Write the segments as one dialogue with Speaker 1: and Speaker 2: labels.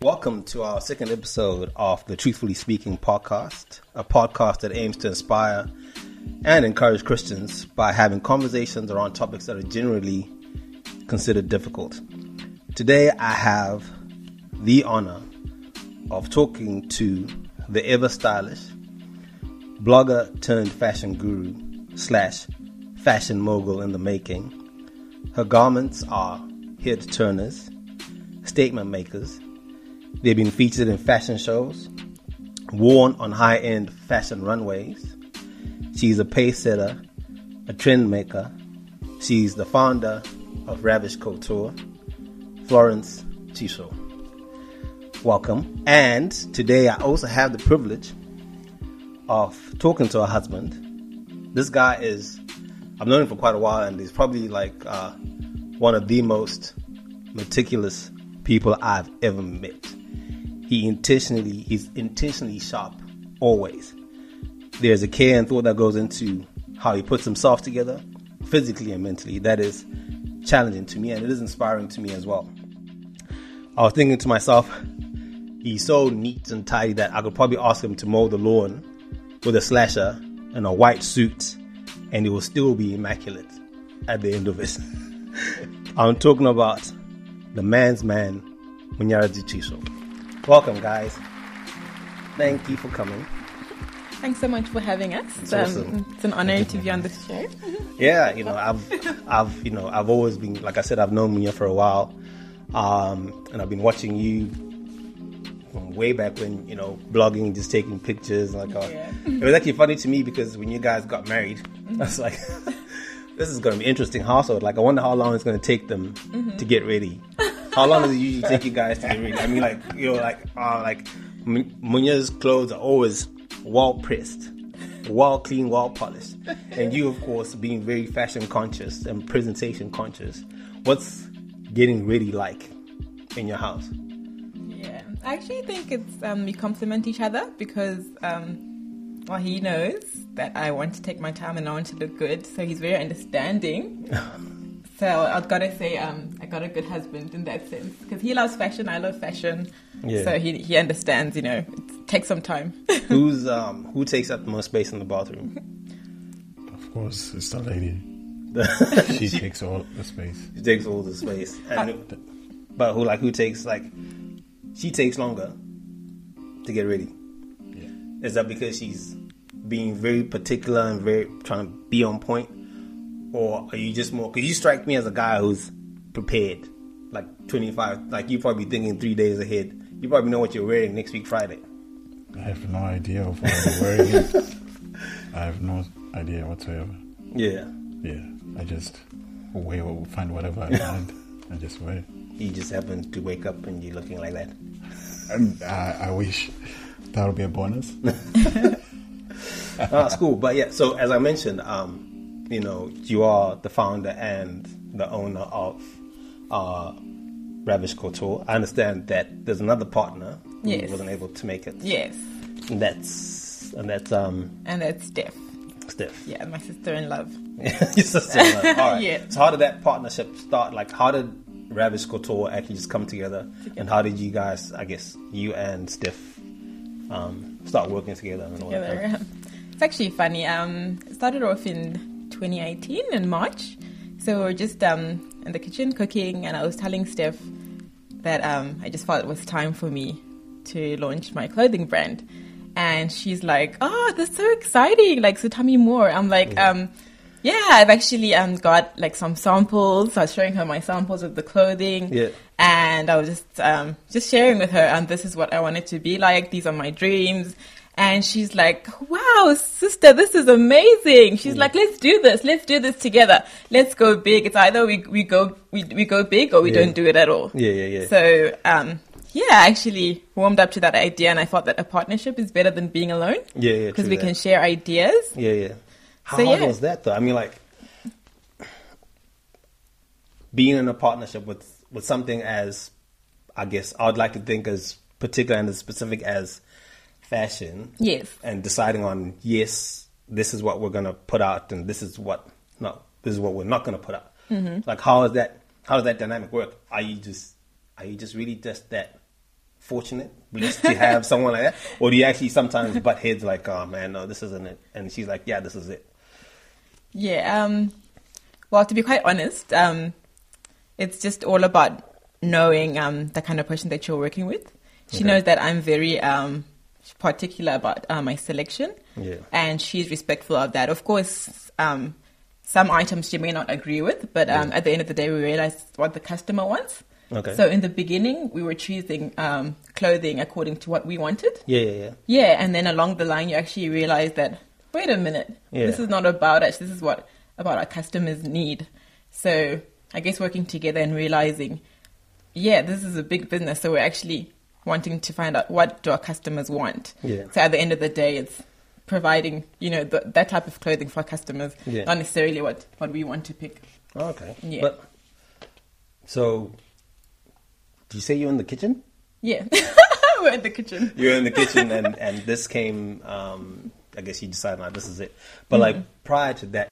Speaker 1: Welcome to our second episode of the Truthfully Speaking podcast, a podcast that aims to inspire and encourage Christians by having conversations around topics that are generally considered difficult. Today, I have the honor of talking to the ever stylish blogger turned fashion guru slash fashion mogul in the making. Her garments are head turners, statement makers. They've been featured in fashion shows, worn on high end fashion runways. She's a pace setter, a trend maker. She's the founder of Ravish Couture, Florence Chisho. Welcome. And today I also have the privilege of talking to her husband. This guy is, I've known him for quite a while, and he's probably like uh, one of the most meticulous people I've ever met. He intentionally, he's intentionally sharp, always. There's a care and thought that goes into how he puts himself together, physically and mentally. That is challenging to me, and it is inspiring to me as well. I was thinking to myself, he's so neat and tidy that I could probably ask him to mow the lawn with a slasher and a white suit, and he will still be immaculate at the end of it. I'm talking about the man's man, Munyara Chiso. Welcome, guys. Thank you for coming.
Speaker 2: Thanks so much for having us. It's, um,
Speaker 1: awesome.
Speaker 2: it's an honor to be on this show.
Speaker 1: Yeah, you know, I've, I've, you know, I've always been, like I said, I've known Munya for a while, um, and I've been watching you from way back when, you know, blogging, just taking pictures. Like, uh,
Speaker 2: Yeah.
Speaker 1: it was actually funny to me because when you guys got married, I was like, this is going to be an interesting household. Like, I wonder how long it's going to take them to get ready. How long does it usually take you guys to get ready? I mean, like, you know, like, uh, like Mun- Munya's clothes are always well pressed, well clean, well polished, and you, of course, being very fashion conscious and presentation conscious. What's getting ready like in your house?
Speaker 2: Yeah. I actually think it's um, we complement each other because um, well he knows that I want to take my time and I want to look good, so he's very understanding. so I've got to say um, I got a good husband in that sense because he loves fashion, I love fashion,
Speaker 1: Yeah.
Speaker 2: so he he understands. You know, it takes some time.
Speaker 1: Who's um who takes up the most space in the bathroom?
Speaker 3: Of course, it's that lady. she takes all the space.
Speaker 1: Who takes all the space? And, but who like who takes like she takes longer to get ready?
Speaker 3: Yeah.
Speaker 1: Is that because she's being very particular and very trying to be on point, or are you just more? Because you strike me as a guy who's prepared, like twenty five. Like you probably thinking three days ahead. You probably know what you're wearing next week Friday.
Speaker 3: I have no idea of what I'm wearing. I have no idea whatsoever.
Speaker 1: Yeah,
Speaker 3: Yeah, I just wear or find whatever I find and just wear. it.
Speaker 1: you just happen to wake up and you're looking like that.
Speaker 3: And uh, I, I wish that would be a bonus.
Speaker 1: Ah, it's cool. But yeah, so as I mentioned, um, you know, you are the founder and the owner of uh, Ravish Couture. I understand that there's another partner who
Speaker 2: Yes.
Speaker 1: wasn't able to make it.
Speaker 2: yes,
Speaker 1: And that's and that's um,
Speaker 2: and that's Steph.
Speaker 1: Steph.
Speaker 2: Yeah, my sister in love.
Speaker 1: Your sister. All right.
Speaker 2: Yeah.
Speaker 1: So how did that partnership start? Like, how did Ravish Couture actually just come together, and how did you guys, I guess, you and Steph, um, start working together? And all that kind of-
Speaker 2: together. It's actually funny. Um, it started off in 2018 in March. So we were just um, in the kitchen cooking, and I was telling Steph that um, I just felt it was time for me to launch my clothing brand. And she's like, "Oh, that's so exciting! Like, so tell me more." I'm like,
Speaker 1: Mm-hmm.
Speaker 2: um, "Yeah, I've actually um, got like some samples." So I was showing her my samples of the clothing,
Speaker 1: Yeah.
Speaker 2: and I was just um, just sharing with her, and this is what I wanted to be like. These are my dreams. And she's like, "Wow, sister, this is amazing."
Speaker 1: Mm.
Speaker 2: She's like, "Let's do this. Let's do this together. Let's go big. It's either we, we go we, we go big or we
Speaker 1: Yeah.
Speaker 2: don't do it at all."
Speaker 1: Yeah, yeah, yeah.
Speaker 2: So, um, yeah, I actually warmed up to that idea, and I thought that a partnership is better than being alone
Speaker 1: Yeah, yeah.
Speaker 2: because
Speaker 1: true
Speaker 2: we
Speaker 1: that.
Speaker 2: can share ideas.
Speaker 1: Yeah, yeah. How
Speaker 2: So,
Speaker 1: hard
Speaker 2: yeah.
Speaker 1: was that though? I mean, like being in a partnership with with something as I guess I'd like to think as particular and as specific as fashion.
Speaker 2: Yes.
Speaker 1: And deciding on yes, this is what we're gonna put out, and this is what no, this is what we're not gonna put out.
Speaker 2: Mm-hmm.
Speaker 1: Like, how is that? How does that dynamic work? Are you just are you just really just that fortunate blessed to have someone like that, or do you actually sometimes butt heads like, oh man, no, this isn't it, and she's like, yeah, this is it.
Speaker 2: Yeah. Um, well, to be quite honest, um, it's just all about knowing um, the kind of person that you're working with. She
Speaker 1: Okay.
Speaker 2: knows that I'm very um, particular about uh, my selection,
Speaker 1: Yeah.
Speaker 2: and she's respectful of that. Of course, um, some items she may not agree with, but um, at the end of the day, we realize what the customer wants.
Speaker 1: Okay.
Speaker 2: So in the beginning, we were choosing um, clothing according to what we wanted.
Speaker 1: Yeah, yeah, yeah.
Speaker 2: Yeah, and then along the line, you actually realize that wait a minute,
Speaker 1: Yeah.
Speaker 2: this is not about us. This is what about our customers need. So I guess working together and realizing, yeah, this is a big business. So we're actually wanting to find out what do our customers want.
Speaker 1: Yeah.
Speaker 2: So at the end of the day, it's providing you know th that type of clothing for our customers,
Speaker 1: Yeah.
Speaker 2: not necessarily what what we want to pick.
Speaker 1: Okay.
Speaker 2: Yeah.
Speaker 1: But so, do you say you're in the kitchen?
Speaker 2: Yeah, we're in the kitchen.
Speaker 1: You're in the kitchen, and and this came. Um, I guess you decided, now this is it. But
Speaker 2: Mm-hmm.
Speaker 1: like prior to that,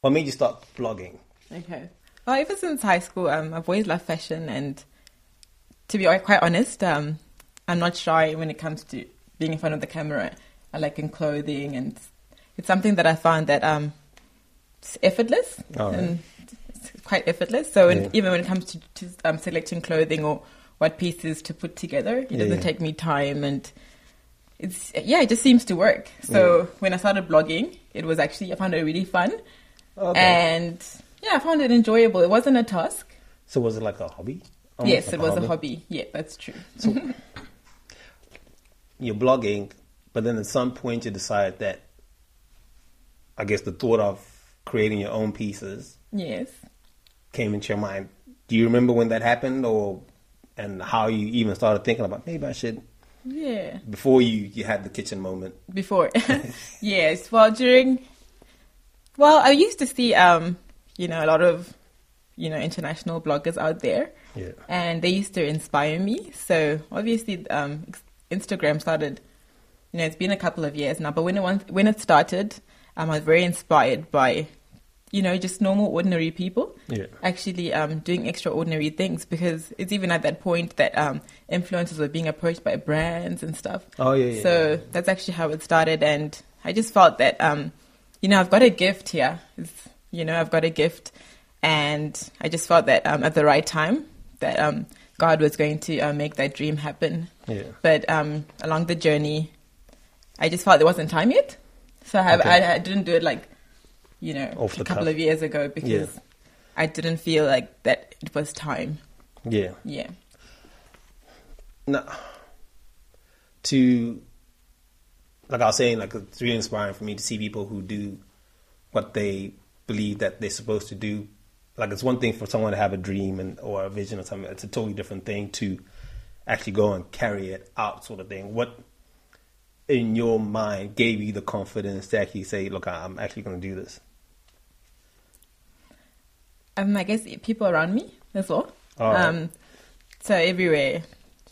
Speaker 1: what made you start blogging?
Speaker 2: Okay. Well, ever since high school, um, I've always loved fashion, and to be quite honest, um, I'm not shy when it comes to being in front of the camera. I like in clothing, and it's something that I found that um, it's effortless
Speaker 1: All right.
Speaker 2: and it's quite effortless. So, when-
Speaker 1: Oh, Yeah.
Speaker 2: even when it comes to, to um, selecting clothing or what pieces to put together, it
Speaker 1: Yeah,
Speaker 2: doesn't
Speaker 1: yeah.
Speaker 2: take me time, and it's yeah, it just seems to work. So, when I started blogging, it was actually I found it really fun.
Speaker 1: Okay.
Speaker 2: And yeah, I found it enjoyable. It wasn't a task.
Speaker 1: so was it like a hobby? Almost
Speaker 2: yes,
Speaker 1: like
Speaker 2: it was a hobby. Yeah, that's true.
Speaker 1: Oh, So you're blogging, but then at some point you decide that I guess the thought of creating your own pieces
Speaker 2: Yes.
Speaker 1: came into your mind. Do you remember when that happened or and how you even started thinking about maybe I should
Speaker 2: Yeah.
Speaker 1: before you you had the kitchen moment.
Speaker 2: Before. yes. Well, during. Well, I used to see, um, you know, a lot of, you know, international bloggers out there.
Speaker 1: Yeah.
Speaker 2: And they used to inspire me. So obviously, um, ex- Instagram started. You know, it's been a couple of years now, but when it once, when it started, um, I was very inspired by, you know, just normal ordinary people.
Speaker 1: Yeah.
Speaker 2: actually um, doing extraordinary things because it's even at that point that um, influencers were being approached by brands and stuff.
Speaker 1: Oh yeah. yeah
Speaker 2: so
Speaker 1: yeah.
Speaker 2: that's actually how it started, and I just felt that um, you know I've got a gift here. It's, you know I've got a gift, and I just felt that um, at the right time that um, God was going to uh, make that dream happen.
Speaker 1: Yeah.
Speaker 2: But um, along the journey, I just felt there wasn't time yet, so I, have,
Speaker 1: Okay.
Speaker 2: I, I didn't do it like you know
Speaker 1: Off
Speaker 2: a
Speaker 1: the
Speaker 2: couple
Speaker 1: cuff.
Speaker 2: of years ago because I didn't feel like that it was time.
Speaker 1: Yeah.
Speaker 2: Yeah.
Speaker 1: No. To like I was saying, like it's really inspiring for me to see people who do what they believe that they're supposed to do. Like it's one thing for someone to have a dream and or a vision or something. It's a totally different thing to actually go and carry it out, sort of thing. What in your mind gave you the confidence to actually say, "Look, I- I'm actually going to do this."
Speaker 2: Um, I guess people around me as well.
Speaker 1: All right.
Speaker 2: Um, so everywhere,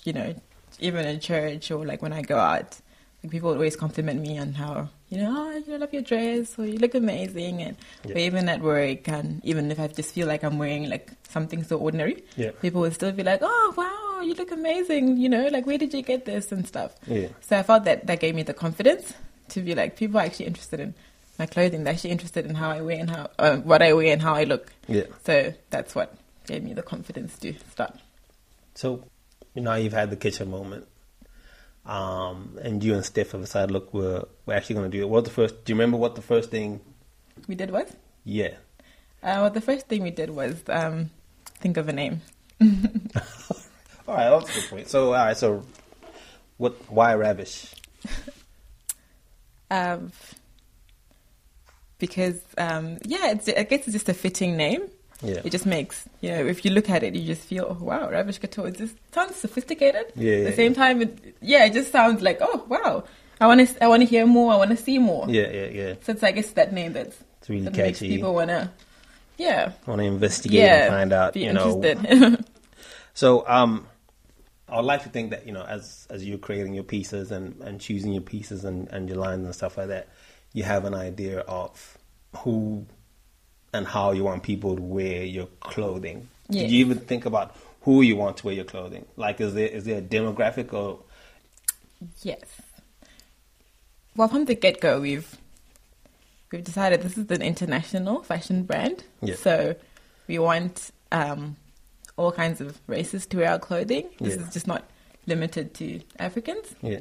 Speaker 2: you know, even in church or like when I go out, like people always compliment me on how you know, oh, you know, I love your dress or you look amazing, and
Speaker 1: Yeah.
Speaker 2: or even at work, and even if I just feel like I'm wearing like something so ordinary,
Speaker 1: Yeah.
Speaker 2: people will still be like, oh wow, you look amazing, you know, like where did you get this and stuff.
Speaker 1: Yeah.
Speaker 2: So I felt that that gave me the confidence to be like, people are actually interested in my clothing. They're actually interested in how I wear and how uh, what I wear and how I look.
Speaker 1: Yeah.
Speaker 2: So that's what gave me the confidence to start.
Speaker 1: So you know you've had the kitchen moment, um, and you and Steph have decided, look, we're we're actually going to do it. What the first? Do you remember what the first thing?
Speaker 2: We did what?
Speaker 1: Yeah.
Speaker 2: Uh, well, the first thing we did was um, think of a name.
Speaker 1: All right, that's a good point. So all right, so what? Why ravish?
Speaker 2: Um, because um, yeah, it's, I guess it's just a fitting name.
Speaker 1: Yeah.
Speaker 2: It just makes you know if you look at it, you just feel oh wow, Ravish Couture. It just sounds sophisticated.
Speaker 1: Yeah,
Speaker 2: At the
Speaker 1: yeah,
Speaker 2: same time, it, yeah, it just sounds like oh wow, I want to I want to hear more. I want to see more.
Speaker 1: yeah, yeah, yeah.
Speaker 2: So it's I guess that name that's
Speaker 1: It's really
Speaker 2: that makes
Speaker 1: catchy.
Speaker 2: people wanna yeah
Speaker 1: Want to investigate
Speaker 2: yeah
Speaker 1: and find out.
Speaker 2: be
Speaker 1: you know.
Speaker 2: interested.
Speaker 1: So um, I would like to think that you know, as as you're creating your pieces and and choosing your pieces and and your lines and stuff like that, you have an idea of who and how you want people to wear your clothing.
Speaker 2: Yes.
Speaker 1: Did you even think about who you want to wear your clothing? Like, is there is there a demographic or
Speaker 2: Yes. Well, from the get go, we've we've decided this is an international fashion brand,
Speaker 1: Yeah.
Speaker 2: so we want um, all kinds of races to wear our clothing. This
Speaker 1: Yeah.
Speaker 2: is just not limited to Africans,
Speaker 1: yeah,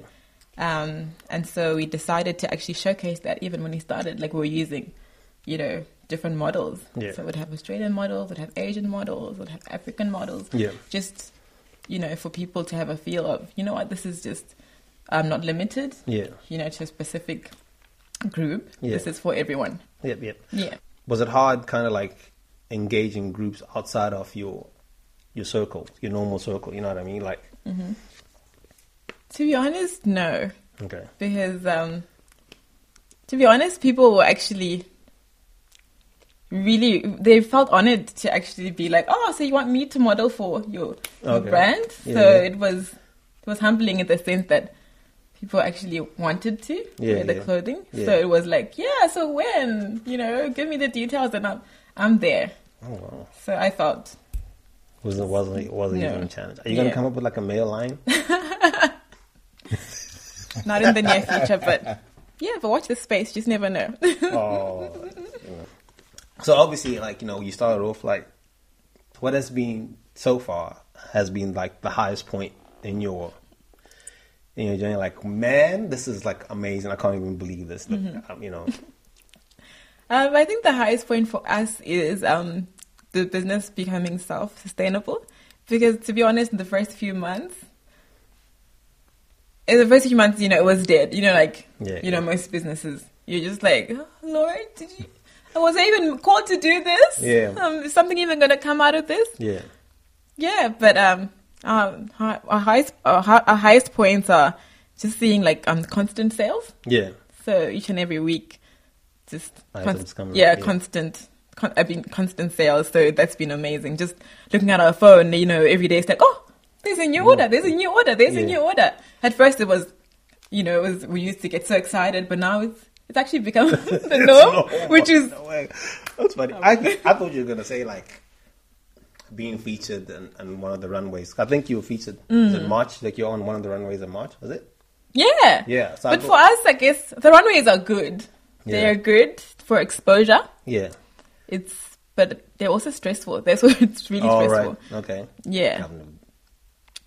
Speaker 2: um, and so we decided to actually showcase that. Even when we started, like we were using, you know, different models.
Speaker 1: Yeah.
Speaker 2: So we'd have Australian models, we'd have Asian models, we'd have African models
Speaker 1: yeah,
Speaker 2: just you know for people to have a feel of you know what this is just um, not limited
Speaker 1: yeah,
Speaker 2: you know to a specific group
Speaker 1: Yeah.
Speaker 2: this is for everyone
Speaker 1: yep, yep.
Speaker 2: yeah
Speaker 1: Was it hard, kind of like engaging groups outside of your your circle, your normal circle? You know what I mean? Like,
Speaker 2: to be honest no
Speaker 1: okay,
Speaker 2: because um to be honest people were actually really they felt honored to actually be like oh so you want me to model for your, your
Speaker 1: Okay.
Speaker 2: brand
Speaker 1: Yeah,
Speaker 2: so
Speaker 1: yeah.
Speaker 2: it was it was humbling in the sense that people actually wanted to
Speaker 1: Yeah,
Speaker 2: wear the
Speaker 1: yeah.
Speaker 2: clothing so
Speaker 1: Yeah.
Speaker 2: it was like yeah so when you know give me the details and i'm i'm there
Speaker 1: oh wow,
Speaker 2: so i felt
Speaker 1: was it wasn't wasn't
Speaker 2: No.
Speaker 1: even a challenge? Are you gonna
Speaker 2: Yeah.
Speaker 1: come up with like a male line?
Speaker 2: not in the near future but yeah but watch this space just never know
Speaker 1: oh, you know. so obviously, like you know, you started off like what has been so far has been like the highest point in your in your journey. Like, man, this is like amazing. I can't even believe this. Like,
Speaker 2: Mm-hmm.
Speaker 1: um, you know,
Speaker 2: Um, I think the highest point for us is um, the business becoming self sustainable. Because to be honest, in the first few months, in the first few months, you know, it was dead. You know, like,
Speaker 1: Yeah,
Speaker 2: you know,
Speaker 1: yeah.
Speaker 2: most businesses, you're just like, "Oh, Lord, did you, was I even called to do this?
Speaker 1: Yeah.
Speaker 2: Um, is something even going to come out of this?
Speaker 1: yeah,
Speaker 2: Yeah, but um, um, hi- our highest, our, hi- our highest points are just seeing like um constant sales.
Speaker 1: yeah,
Speaker 2: So each and every week, just
Speaker 1: Items come up,
Speaker 2: yeah,
Speaker 1: yeah.
Speaker 2: constant. Con- I've been constant sales, so that's been amazing. Just looking at our phone, you know, every day it's like, oh, there's a new order, there's a new order, there's
Speaker 1: Yeah.
Speaker 2: a new order. At first, it was, you know, it was we used to get so excited, but now it's it's actually become the norm,
Speaker 1: No,
Speaker 2: Oh, which is
Speaker 1: no way. that's funny. I I thought you were gonna say like being featured in, in one of the runways. I think you were featured was
Speaker 2: Mm-hmm.
Speaker 1: in March. Like you're on one of the runways in March. Was it?
Speaker 2: yeah,
Speaker 1: Yeah, so I
Speaker 2: but
Speaker 1: thought-
Speaker 2: for us, I guess the runways are good. They
Speaker 1: Yeah.
Speaker 2: are good for exposure.
Speaker 1: Yeah.
Speaker 2: It's but they're also stressful. That's why it's really
Speaker 1: All right.
Speaker 2: stressful.
Speaker 1: Okay.
Speaker 2: Yeah,
Speaker 1: Um,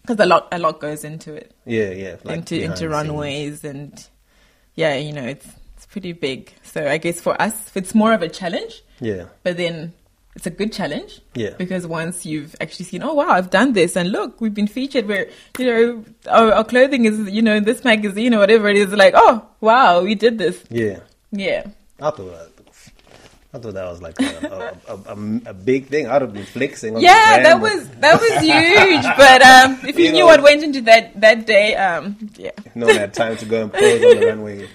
Speaker 2: because a lot a lot goes into it.
Speaker 1: Yeah, yeah. like
Speaker 2: into
Speaker 1: behind
Speaker 2: into
Speaker 1: the scenes.
Speaker 2: runways and yeah, you know, it's it's pretty big. So I guess for us, it's more of a challenge,
Speaker 1: Yeah,
Speaker 2: but then it's a good challenge.
Speaker 1: Yeah.
Speaker 2: Because once you've actually seen, oh wow, I've done this, and look, we've been featured where you know our, our clothing is you know in this magazine or whatever it is. Like oh wow, we did this.
Speaker 1: yeah.
Speaker 2: Yeah.
Speaker 1: I thought that, I thought that was like a, a, a, a, a big thing. I'd have been flexing. On the
Speaker 2: Yeah, that
Speaker 1: brand, but
Speaker 2: was that was huge. but um, if you,
Speaker 1: You
Speaker 2: knew
Speaker 1: know.
Speaker 2: what went into that that day, um, yeah,
Speaker 1: No one had time to go and pose on the runway.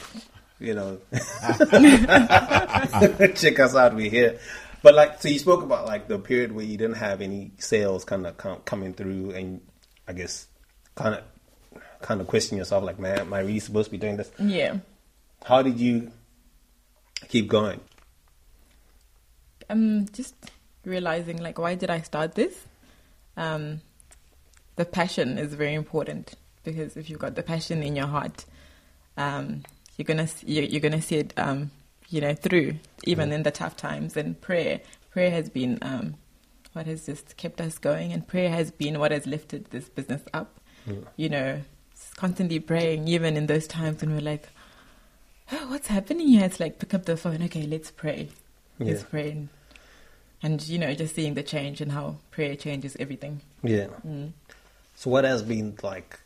Speaker 1: You know, check us out. We're here. But like, so you spoke about like the period where you didn't have any sales kind of com- coming through, and I guess kind of kind of question yourself, like, man, am I really supposed to be doing this?
Speaker 2: yeah.
Speaker 1: How did you keep going?
Speaker 2: I'm just realizing like why did I start this? Um, the passion is very important because if you've got the passion in your heart, um, you're gonna s- you- you're gonna see it um, you know through even in the tough times. And prayer, prayer has been um, what has just kept us going, and prayer has been what has lifted this business up. You know, just constantly praying even in those times when we're like. Oh, what's happening here? It's like pick up the phone. Okay, let's pray. Let's
Speaker 1: Yeah.
Speaker 2: pray and and you know just seeing the change and how prayer changes everything
Speaker 1: Yeah.
Speaker 2: Mm.
Speaker 1: So what has been like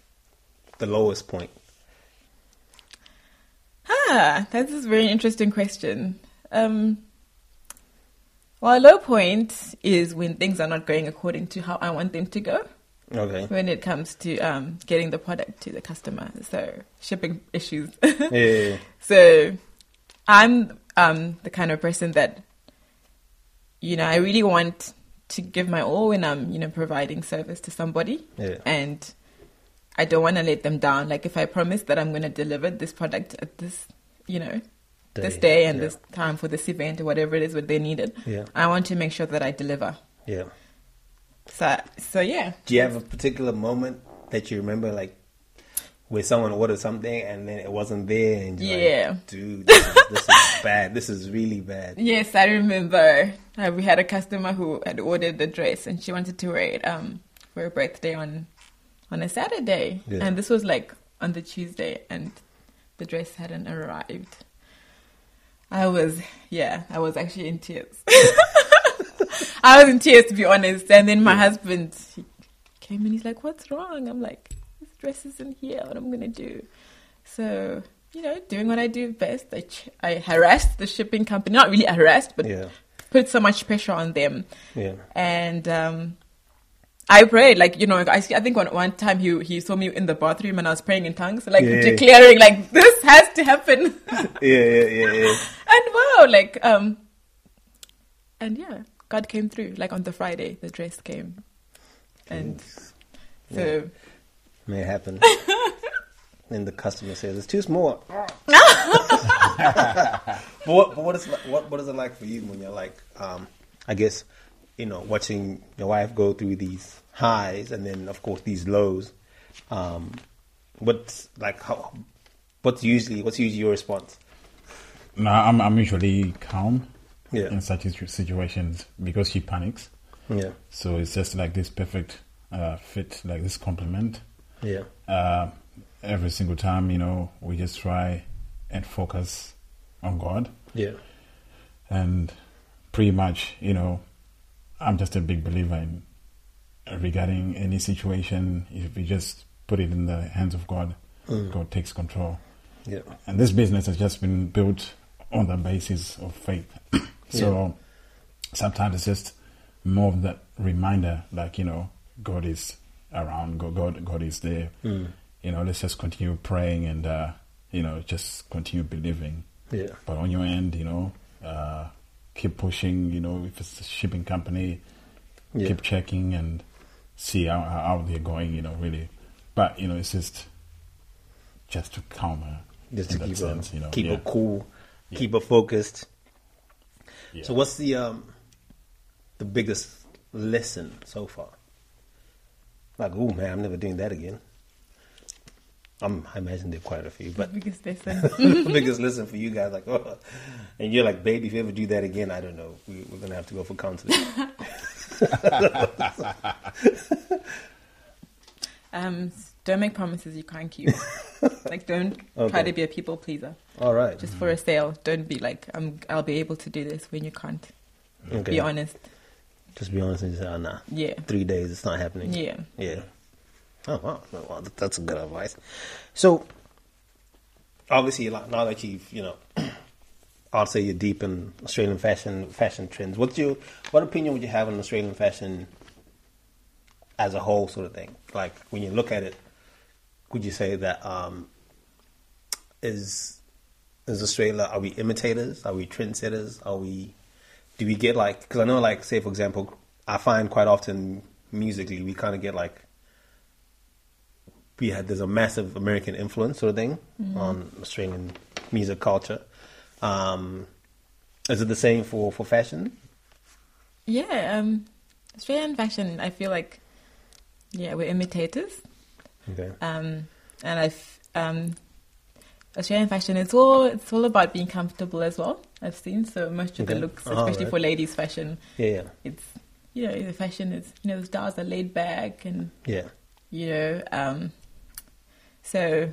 Speaker 1: the lowest point?
Speaker 2: ah that's a very interesting question um well a low point is when things are not going according to how i want them to go
Speaker 1: Okay.
Speaker 2: when it comes to um, getting the product to the customer so shipping issues
Speaker 1: Yeah, yeah,
Speaker 2: So I'm um, the kind of person that, you know, I really want to give my all when I'm, you know, providing service to somebody.
Speaker 1: Yeah.
Speaker 2: And I don't want to let them down. Like if I promise that I'm going to deliver this product at this, you know, this
Speaker 1: Day,
Speaker 2: day and
Speaker 1: yeah.
Speaker 2: this time for this event or whatever it is what they needed,
Speaker 1: Yeah.
Speaker 2: I want to make sure that I deliver.
Speaker 1: yeah.
Speaker 2: So so yeah.
Speaker 1: Do you have a particular moment that you remember, like where someone ordered something and then it wasn't there, and you're
Speaker 2: Yeah.
Speaker 1: like, dude, this is, this is bad. This is really bad.
Speaker 2: Yes, I remember. Uh, we had a customer who had ordered the dress, and she wanted to wear it um, for her birthday on on a Saturday,
Speaker 1: Yeah.
Speaker 2: and this was like on the Tuesday, and the dress hadn't arrived. I was, yeah, I was actually in tears. I was in tears to be honest, and then my husband he came and he's like, "What's wrong?" I'm like, "This dress isn't here. What am I gonna do?" So you know, doing what I do best, I ch- I harassed the shipping company. Not really harassed, but
Speaker 1: Yeah,
Speaker 2: put so much pressure on them.
Speaker 1: yeah,
Speaker 2: And um, I prayed, like you know, I, I think one one time he he saw me in the bathroom and I was praying in tongues, like
Speaker 1: Yeah.
Speaker 2: declaring, like this has to happen.
Speaker 1: yeah, yeah, yeah, yeah.
Speaker 2: and wow, like um, and yeah, God came through. Like on the Friday, the dress came, and so
Speaker 1: May happen. and the customer says it's too small. but what, but what is li- what what is it like for you when you're like, um, I guess, you know, watching your wife go through these highs and then of course these lows. Um, what's like how? What's usually what's usually your response?
Speaker 3: No, I'm I'm usually calm
Speaker 1: Yeah.
Speaker 3: in such situ- situations because she panics.
Speaker 1: Yeah,
Speaker 3: So it's just like this perfect uh, fit, like this complement.
Speaker 1: yeah,
Speaker 3: Uh, every single time, you know, we just try and focus on God,
Speaker 1: yeah,
Speaker 3: and pretty much, you know, I'm just a big believer in regarding any situation. If you just put it in the hands of God, God takes control.
Speaker 1: yeah,
Speaker 3: And this business has just been built on the basis of faith. so sometimes it's just more of that reminder, like, you know, God is around, God, God, God is there. You know, let's just continue praying and, uh, you know, just continue believing.
Speaker 1: yeah,
Speaker 3: But on your end, you know, uh, keep pushing, you know, if it's a shipping company,
Speaker 1: Yeah.
Speaker 3: keep checking and see how, how how they're going, you know, really. But, you know, it's just just to calm her.
Speaker 1: just
Speaker 3: in
Speaker 1: to
Speaker 3: that
Speaker 1: keep
Speaker 3: sense,
Speaker 1: her,
Speaker 3: you know.
Speaker 1: keep
Speaker 3: yeah.
Speaker 1: her cool, keep her focused.
Speaker 3: Yeah.
Speaker 1: So what's the um the biggest lesson so far? Like, oh man, I'm never doing that again. I'm, I imagine there are quite a few, but
Speaker 2: because they said.
Speaker 1: the biggest lesson for you guys, like, oh, and you're like, babe, if you ever do that again, I don't know, we, we're gonna have to go for counseling.
Speaker 2: Um, s- don't make promises you can't keep. like, don't
Speaker 1: Okay.
Speaker 2: try to be a people pleaser.
Speaker 1: All right,
Speaker 2: Just for a sale, don't be like, I'm, I'll be able to do this when you can't.
Speaker 1: okay.
Speaker 2: Be honest.
Speaker 1: Just be honest and just say, oh, nah,
Speaker 2: Yeah.
Speaker 1: three days, it's not happening.
Speaker 2: Yeah.
Speaker 1: Yeah. Oh wow, Well, wow, that- that's a good advice. So, obviously, like, now that you've you know, I'll say you're deep in Australian fashion fashion trends. What's your what opinion would you have on Australian fashion as a whole, sort of thing? Like when you look at it, would you say that um, is is Australia? Are we imitators? Are we trendsetters? Are we? Do we get like? Because I know, like, say for example, I find quite often musically we kind of get like we had there's a massive American influence sort of thing
Speaker 2: Mm-hmm.
Speaker 1: on Australian music culture. Um, is it the same for for fashion?
Speaker 2: Yeah. Um, Australian fashion, I feel like, yeah, we're imitators.
Speaker 1: Okay.
Speaker 2: Um, and I've, um, Australian fashion, it's all, it's all about being comfortable as well. I've seen so most of the
Speaker 1: Okay.
Speaker 2: looks,
Speaker 1: Oh,
Speaker 2: especially
Speaker 1: right.
Speaker 2: for ladies' fashion,
Speaker 1: Yeah, yeah,
Speaker 2: it's, you know, the fashion is, you know, the stars are laid back and
Speaker 1: yeah.
Speaker 2: you know. Um, so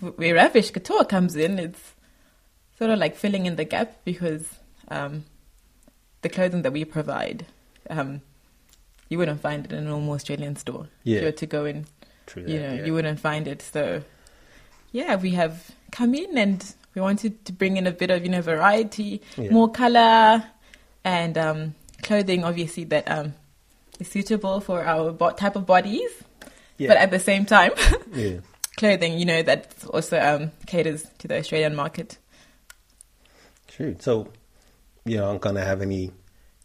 Speaker 2: w- where Ravish Couture comes in, it's sort of like filling in the gap because um, the clothing that we provide, um, you wouldn't find it in a normal Australian store. If
Speaker 1: Yeah.
Speaker 2: you were to go in,
Speaker 1: True.
Speaker 2: you
Speaker 1: that,
Speaker 2: know,
Speaker 1: yeah.
Speaker 2: you wouldn't find it. So yeah, we have come in and we wanted to bring in a bit of, you know, variety,
Speaker 1: Yeah.
Speaker 2: more color and um, clothing, obviously, that um, is suitable for our bo- type of bodies
Speaker 1: yeah.
Speaker 2: but at the same time,
Speaker 1: yeah.
Speaker 2: clothing, you know, that also um, caters to the Australian market.
Speaker 1: True. So, you know, I'm gonna have any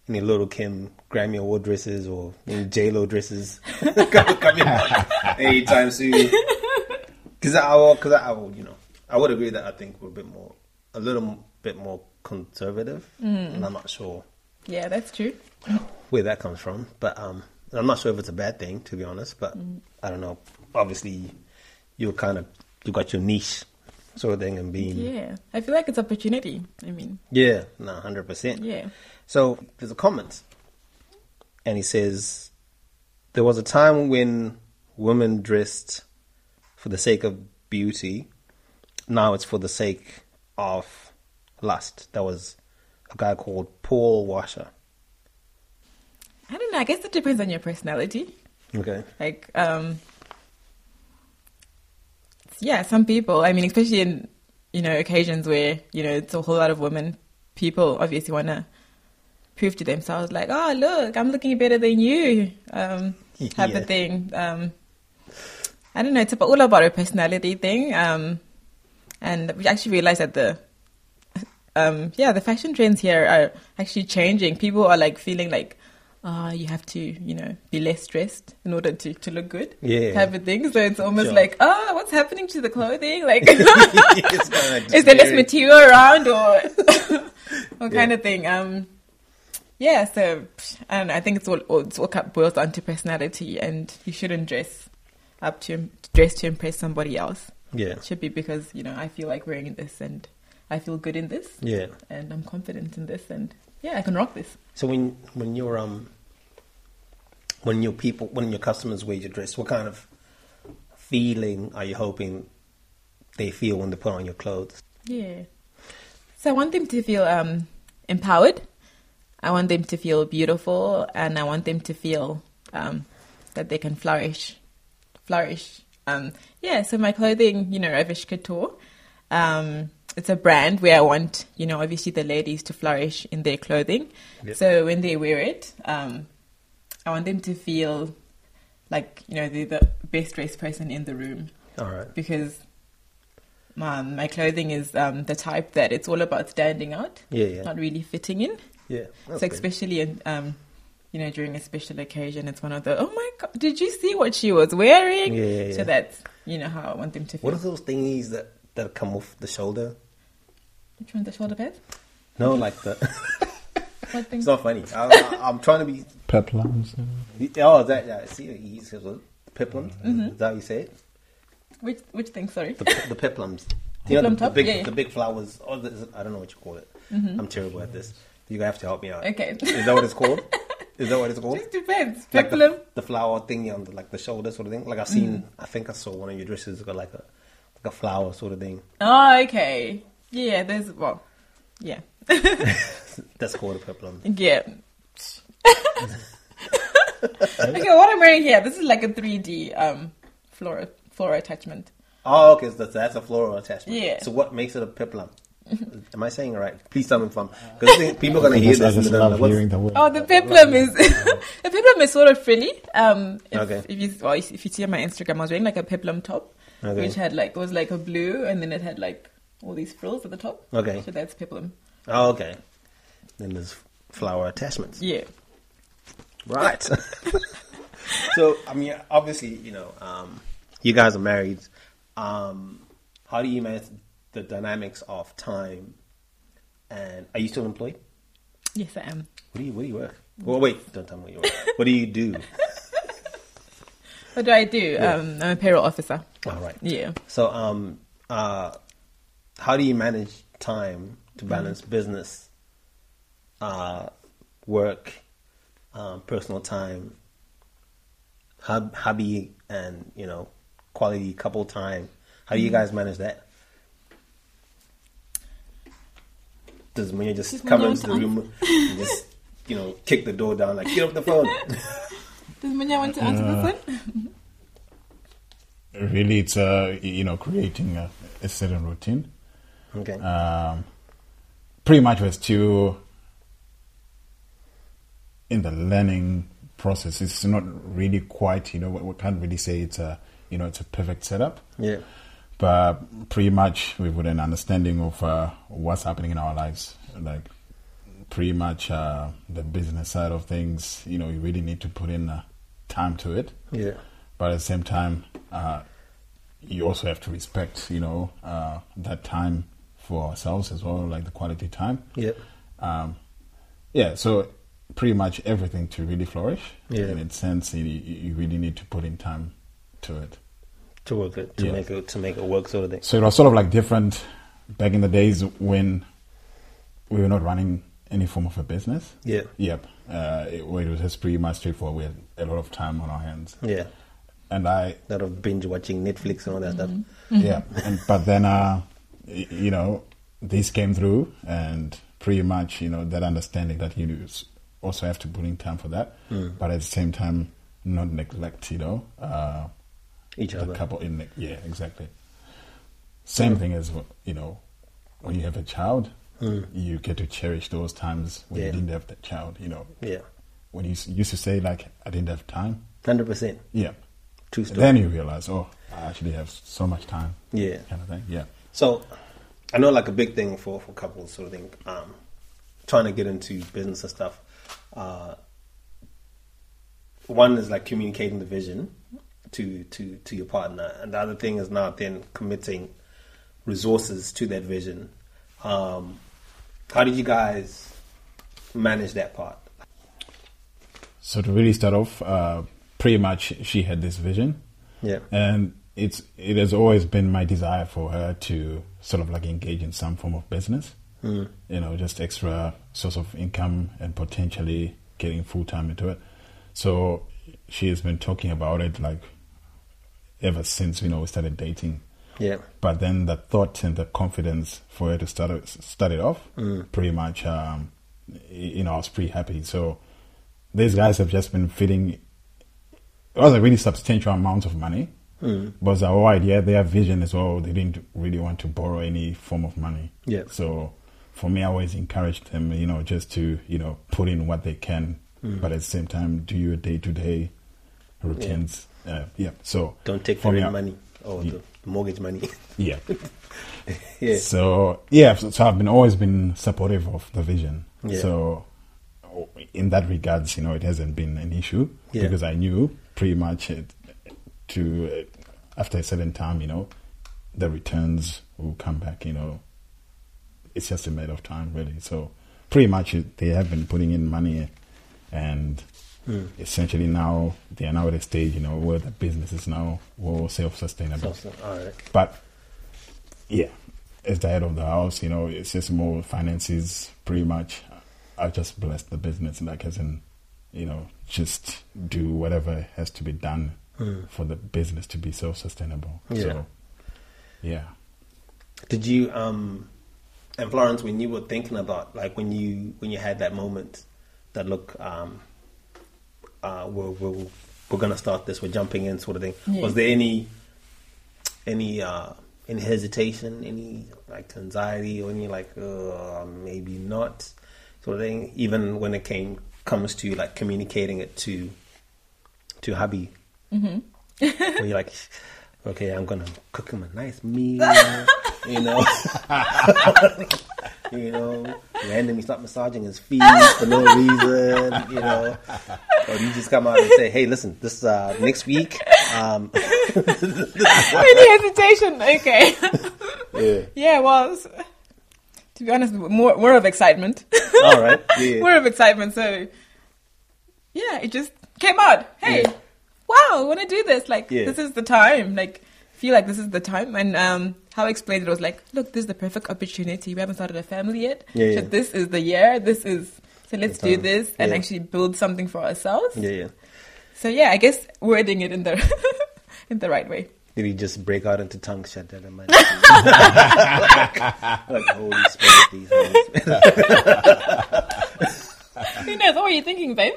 Speaker 1: any little Kim Grammy Award dresses or any J Lo dresses coming out anytime soon. Because I, will- cause I, will, you know, I would agree that I think we're a bit more, a little bit more conservative, and I'm not sure
Speaker 2: Yeah, that's true.
Speaker 1: where that comes from. But um, And I'm not sure if it's a bad thing, to be honest, but I don't know. Obviously, you're kind of, you got your niche sort of thing and being.
Speaker 2: Yeah. I feel like it's opportunity. I mean,
Speaker 1: Yeah, no, hundred percent.
Speaker 2: Yeah.
Speaker 1: So there's a comment, and he says, "There was a time when women dressed for the sake of beauty. Now it's for the sake of lust." That was a guy called Paul Washer.
Speaker 2: I don't know. I guess it depends on your personality.
Speaker 1: Okay.
Speaker 2: like um yeah some people i mean especially in you know occasions where you know it's a whole lot of women people obviously want to prove to themselves like oh look i'm looking better than you um type
Speaker 1: Yeah.
Speaker 2: of thing um i don't know it's about, all about a personality thing um and we actually realized that the um yeah the fashion trends here are actually changing people are like feeling like uh you have to you know be less dressed in order to to look good
Speaker 1: Yeah.
Speaker 2: type of thing so it's almost
Speaker 1: Sure.
Speaker 2: like oh what's happening to the clothing like
Speaker 1: It's kinda
Speaker 2: is there less
Speaker 1: scary.
Speaker 2: material around or what kind of thing um yeah so psh, i don't know i think it's all all- it's all cut- boils down to personality and you shouldn't dress up to dress to impress somebody else
Speaker 1: Yeah.
Speaker 2: it should be because you know I feel like wearing this and I feel good in this
Speaker 1: Yeah.
Speaker 2: and I'm confident in this and yeah I can rock this.
Speaker 1: So when when your um when your people when your customers wear your dress, what kind of feeling are you hoping they feel when they put on your clothes?
Speaker 2: Yeah. So I want them to feel um, empowered. I want them to feel beautiful and I want them to feel um, that they can flourish. Flourish. Um, yeah. So my clothing, you know, Ravish Couture. Um, it's a brand where I want, you know, obviously the ladies to flourish in their clothing.
Speaker 1: Yep.
Speaker 2: So when they wear it, um, I want them to feel like, you know, they're the best dressed person in the room
Speaker 1: All right.
Speaker 2: because my my clothing is um, the type that it's all about standing out,
Speaker 1: Yeah, yeah,
Speaker 2: not really fitting in.
Speaker 1: yeah. that's
Speaker 2: so
Speaker 1: good.
Speaker 2: especially in um, you know during a special occasion, it's one of the oh my god, did you see what she was wearing?
Speaker 1: Yeah, yeah, yeah.
Speaker 2: So that's you know how I want them to feel.
Speaker 1: What are those thingies that that come off the shoulder?
Speaker 2: Which one the shoulder pads?
Speaker 1: No,
Speaker 2: Mm-hmm.
Speaker 1: like the.
Speaker 2: What thing?
Speaker 1: it's not funny. I, I, I'm trying to be.
Speaker 3: Peplums. uh,
Speaker 1: Oh, that yeah. See, he's peplum.
Speaker 2: Mm-hmm.
Speaker 1: Is that how you say it?
Speaker 2: Which which thing? Sorry.
Speaker 1: The, the peplums. You know, the, the
Speaker 2: Peplum top?
Speaker 1: big
Speaker 2: Yeah, Mm-hmm. yeah.
Speaker 1: the big flowers. Or the, I don't know what you call it. I'm terrible at this. You're gonna have to help me out.
Speaker 2: Okay.
Speaker 1: Is that what it's called? Is that what it's called?
Speaker 2: Just depends.
Speaker 1: Like
Speaker 2: Peplum.
Speaker 1: the, the flower thingy on the, like the shoulder sort of thing. Like I've seen. I think I saw one of your dresses it's got like a like a flower sort of thing.
Speaker 2: Oh, okay. Yeah, there's well, yeah,
Speaker 1: That's called a peplum.
Speaker 2: yeah. okay, what I'm wearing here. This is like a 3D um floral floral attachment.
Speaker 1: Oh, okay. So that's, that's a floral attachment.
Speaker 2: Yeah.
Speaker 1: So what makes it a peplum? Am I saying it right? Please tell me if I'm because people are gonna hear
Speaker 3: I
Speaker 1: this. and
Speaker 3: just
Speaker 1: they're gonna
Speaker 3: love
Speaker 1: be like,
Speaker 3: hearing the word.
Speaker 2: Oh, the peplum is the peplum is sort of frilly. Um, if,
Speaker 1: Okay.
Speaker 2: if you well, if you see on my Instagram, I was wearing like a peplum top,
Speaker 1: Okay.
Speaker 2: which had like it was like a blue, and then it had like all these frills at the top.
Speaker 1: Okay.
Speaker 2: so that's peplum.
Speaker 1: "What's-" Oh, okay. Then there's flower attachments.
Speaker 2: Yeah,
Speaker 1: Right. so, I mean, obviously, you know, um, you guys are married. Um, how do you manage the dynamics of time? And are you still employed?
Speaker 2: yes, I am.
Speaker 1: What do you What do you work? Well, wait, don't tell me what you work. What do you do?
Speaker 2: What do I do? Um, I'm a payroll officer.
Speaker 1: All right.
Speaker 2: Yeah.
Speaker 1: So, um, uh, how do you manage time
Speaker 2: Mm-hmm.
Speaker 1: to balance business, uh, work, um, personal time, hob- hobby, and you know, quality couple time? How
Speaker 2: Mm-hmm.
Speaker 1: do you guys manage that? Does when you just
Speaker 2: Just
Speaker 1: come
Speaker 2: when
Speaker 1: into the
Speaker 2: you're
Speaker 1: room, and just you know, kick the door down like get off the phone?
Speaker 2: Does Munya want to answer this one?
Speaker 3: Really, it's uh, you know creating a, a certain routine.
Speaker 1: okay.
Speaker 3: Um, pretty much was still in the learning process. It's not really quite, you know, we we can't really say it's a, you know, it's a perfect setup.
Speaker 1: yeah.
Speaker 3: but pretty much we've got an understanding of uh, what's happening in our lives like pretty much uh, the business side of things you know you really need to put in uh, time to it
Speaker 1: Yeah.
Speaker 3: but at the same time uh, you also have to respect you know uh, that time for ourselves as well like the quality time
Speaker 1: Yeah.
Speaker 3: um, yeah so pretty much everything to really flourish.
Speaker 1: Yeah.
Speaker 3: In its sense, you, you really need to put in time to it.
Speaker 1: to work it to
Speaker 3: Yeah.
Speaker 1: make it to make it work sort of thing.
Speaker 3: So it was sort of like different back in the days when we were not running any form of a business.
Speaker 1: Yeah,
Speaker 3: Yep. Uh, it, well, it was just pretty much straightforward. We had a lot of time on our hands.
Speaker 1: yeah.
Speaker 3: And I,
Speaker 1: That of binge watching Netflix and all that stuff.
Speaker 3: yeah. And, but then, uh, y- you know, this came through and pretty much, you know, that understanding that you s- also have to put in time for that.
Speaker 1: Mm.
Speaker 3: But at the same time, not neglect, you know, uh,
Speaker 1: Each
Speaker 3: the
Speaker 1: other.
Speaker 3: couple in the, yeah, exactly. Same thing as, you know, when you have a child, you get to cherish those times
Speaker 1: Mm.
Speaker 3: when
Speaker 1: Yeah.
Speaker 3: you didn't have that child, you know.
Speaker 1: Yeah,
Speaker 3: When you s- used to say, like, I didn't have time.
Speaker 1: hundred percent.
Speaker 3: Yeah.
Speaker 1: True
Speaker 3: And
Speaker 1: story.
Speaker 3: Then you realize, oh, I actually have so much time.
Speaker 1: Yeah.
Speaker 3: Kind of thing. Yeah.
Speaker 1: So, I know like a big thing for, for couples sort of thing, um, trying to get into business and stuff. Uh, one is like communicating the vision to, to, to your partner, and the other thing is now then committing resources to that vision. Um, how did you guys manage that part?
Speaker 3: So to really start off, uh, pretty much she had this vision,
Speaker 1: Yeah,
Speaker 3: and it's it has always been my desire for her to sort of like engage in some form of business. Mm. You know, just extra source of income and potentially getting full time into it. So she has been talking about it like ever since you know we started dating.
Speaker 1: yeah,
Speaker 3: but then the thought and the confidence for her to start it, start it off,
Speaker 1: Mm.
Speaker 3: pretty much, um, y- you know, I was pretty happy. So these guys have just been feeding. It was a really substantial amount of money, mm. but it's our whole idea, their vision as well. They didn't really want to borrow any form of money.
Speaker 1: Yeah.
Speaker 3: So for me, I always encouraged them, you know, just to you know put in what they can,
Speaker 1: Mm.
Speaker 3: but at the same time, do your day to day routines. Yeah. Uh, yeah. So
Speaker 1: don't take
Speaker 3: for me,
Speaker 1: foreign
Speaker 3: I-
Speaker 1: money or
Speaker 3: Yeah.
Speaker 1: the mortgage money.
Speaker 3: Yeah.
Speaker 1: yeah,
Speaker 3: So yeah, so, so I've been always been supportive of the vision.
Speaker 1: Yeah.
Speaker 3: So in that regards, you know, it hasn't been an issue
Speaker 1: Yeah.
Speaker 3: because I knew pretty much it, to uh, after a certain time, you know, the returns will come back. You know, it's just a matter of time, really. So pretty much it- they have been putting in money and.
Speaker 1: Hmm.
Speaker 3: Essentially, now they are now at a stage, you know, where the business is now well self-sustainable.
Speaker 1: So- so- all right.
Speaker 3: But yeah, as the head of the house, you know, it's just more finances. Pretty much, I just bless the business, like as in, you know, just do whatever has to be done for the business to be self-sustainable.
Speaker 1: Yeah.
Speaker 3: So, yeah,
Speaker 1: Did you um and Florence when you were thinking about like when you when you had that moment that look um uh we're we're, we're gonna start this, we're jumping in sort of thing.
Speaker 2: Yeah.
Speaker 1: Was there any any uh any hesitation, any like anxiety or any like uh maybe not sort of thing, even when it came comes to like communicating it to to hubby. Mm-hmm. where you're like okay, I'm gonna cook him a nice meal, you know. you know, randomly start massaging his feet for no reason, you know. Or do you just come out and say, hey, listen, this uh, next week, um,
Speaker 2: Any hesitation? Okay.
Speaker 3: yeah,
Speaker 2: yeah, well, s- to be honest, more, more of excitement.
Speaker 1: all right, Oh, yeah,
Speaker 2: more of excitement. So, yeah, it just came out. Hey,
Speaker 1: Yeah.
Speaker 2: wow, I want to do this. Like,
Speaker 1: Yeah.
Speaker 2: this is the time. Like, feel like this is the time. And um, how I explained it was like, look, this is the perfect opportunity. We haven't started a family yet.
Speaker 1: Yeah,
Speaker 2: so
Speaker 1: yeah.
Speaker 2: this is the year. This is so. Let's
Speaker 1: The
Speaker 2: do
Speaker 1: time.
Speaker 2: this and
Speaker 1: Yeah.
Speaker 2: actually build something for ourselves.
Speaker 1: yeah, yeah.
Speaker 2: So yeah, I guess wording it in the in the right way.
Speaker 1: Did he just break out into tongue shut that in my like, like, Holy Spirit, please, Holy Spirit.
Speaker 2: Who knows? What were you thinking, babe?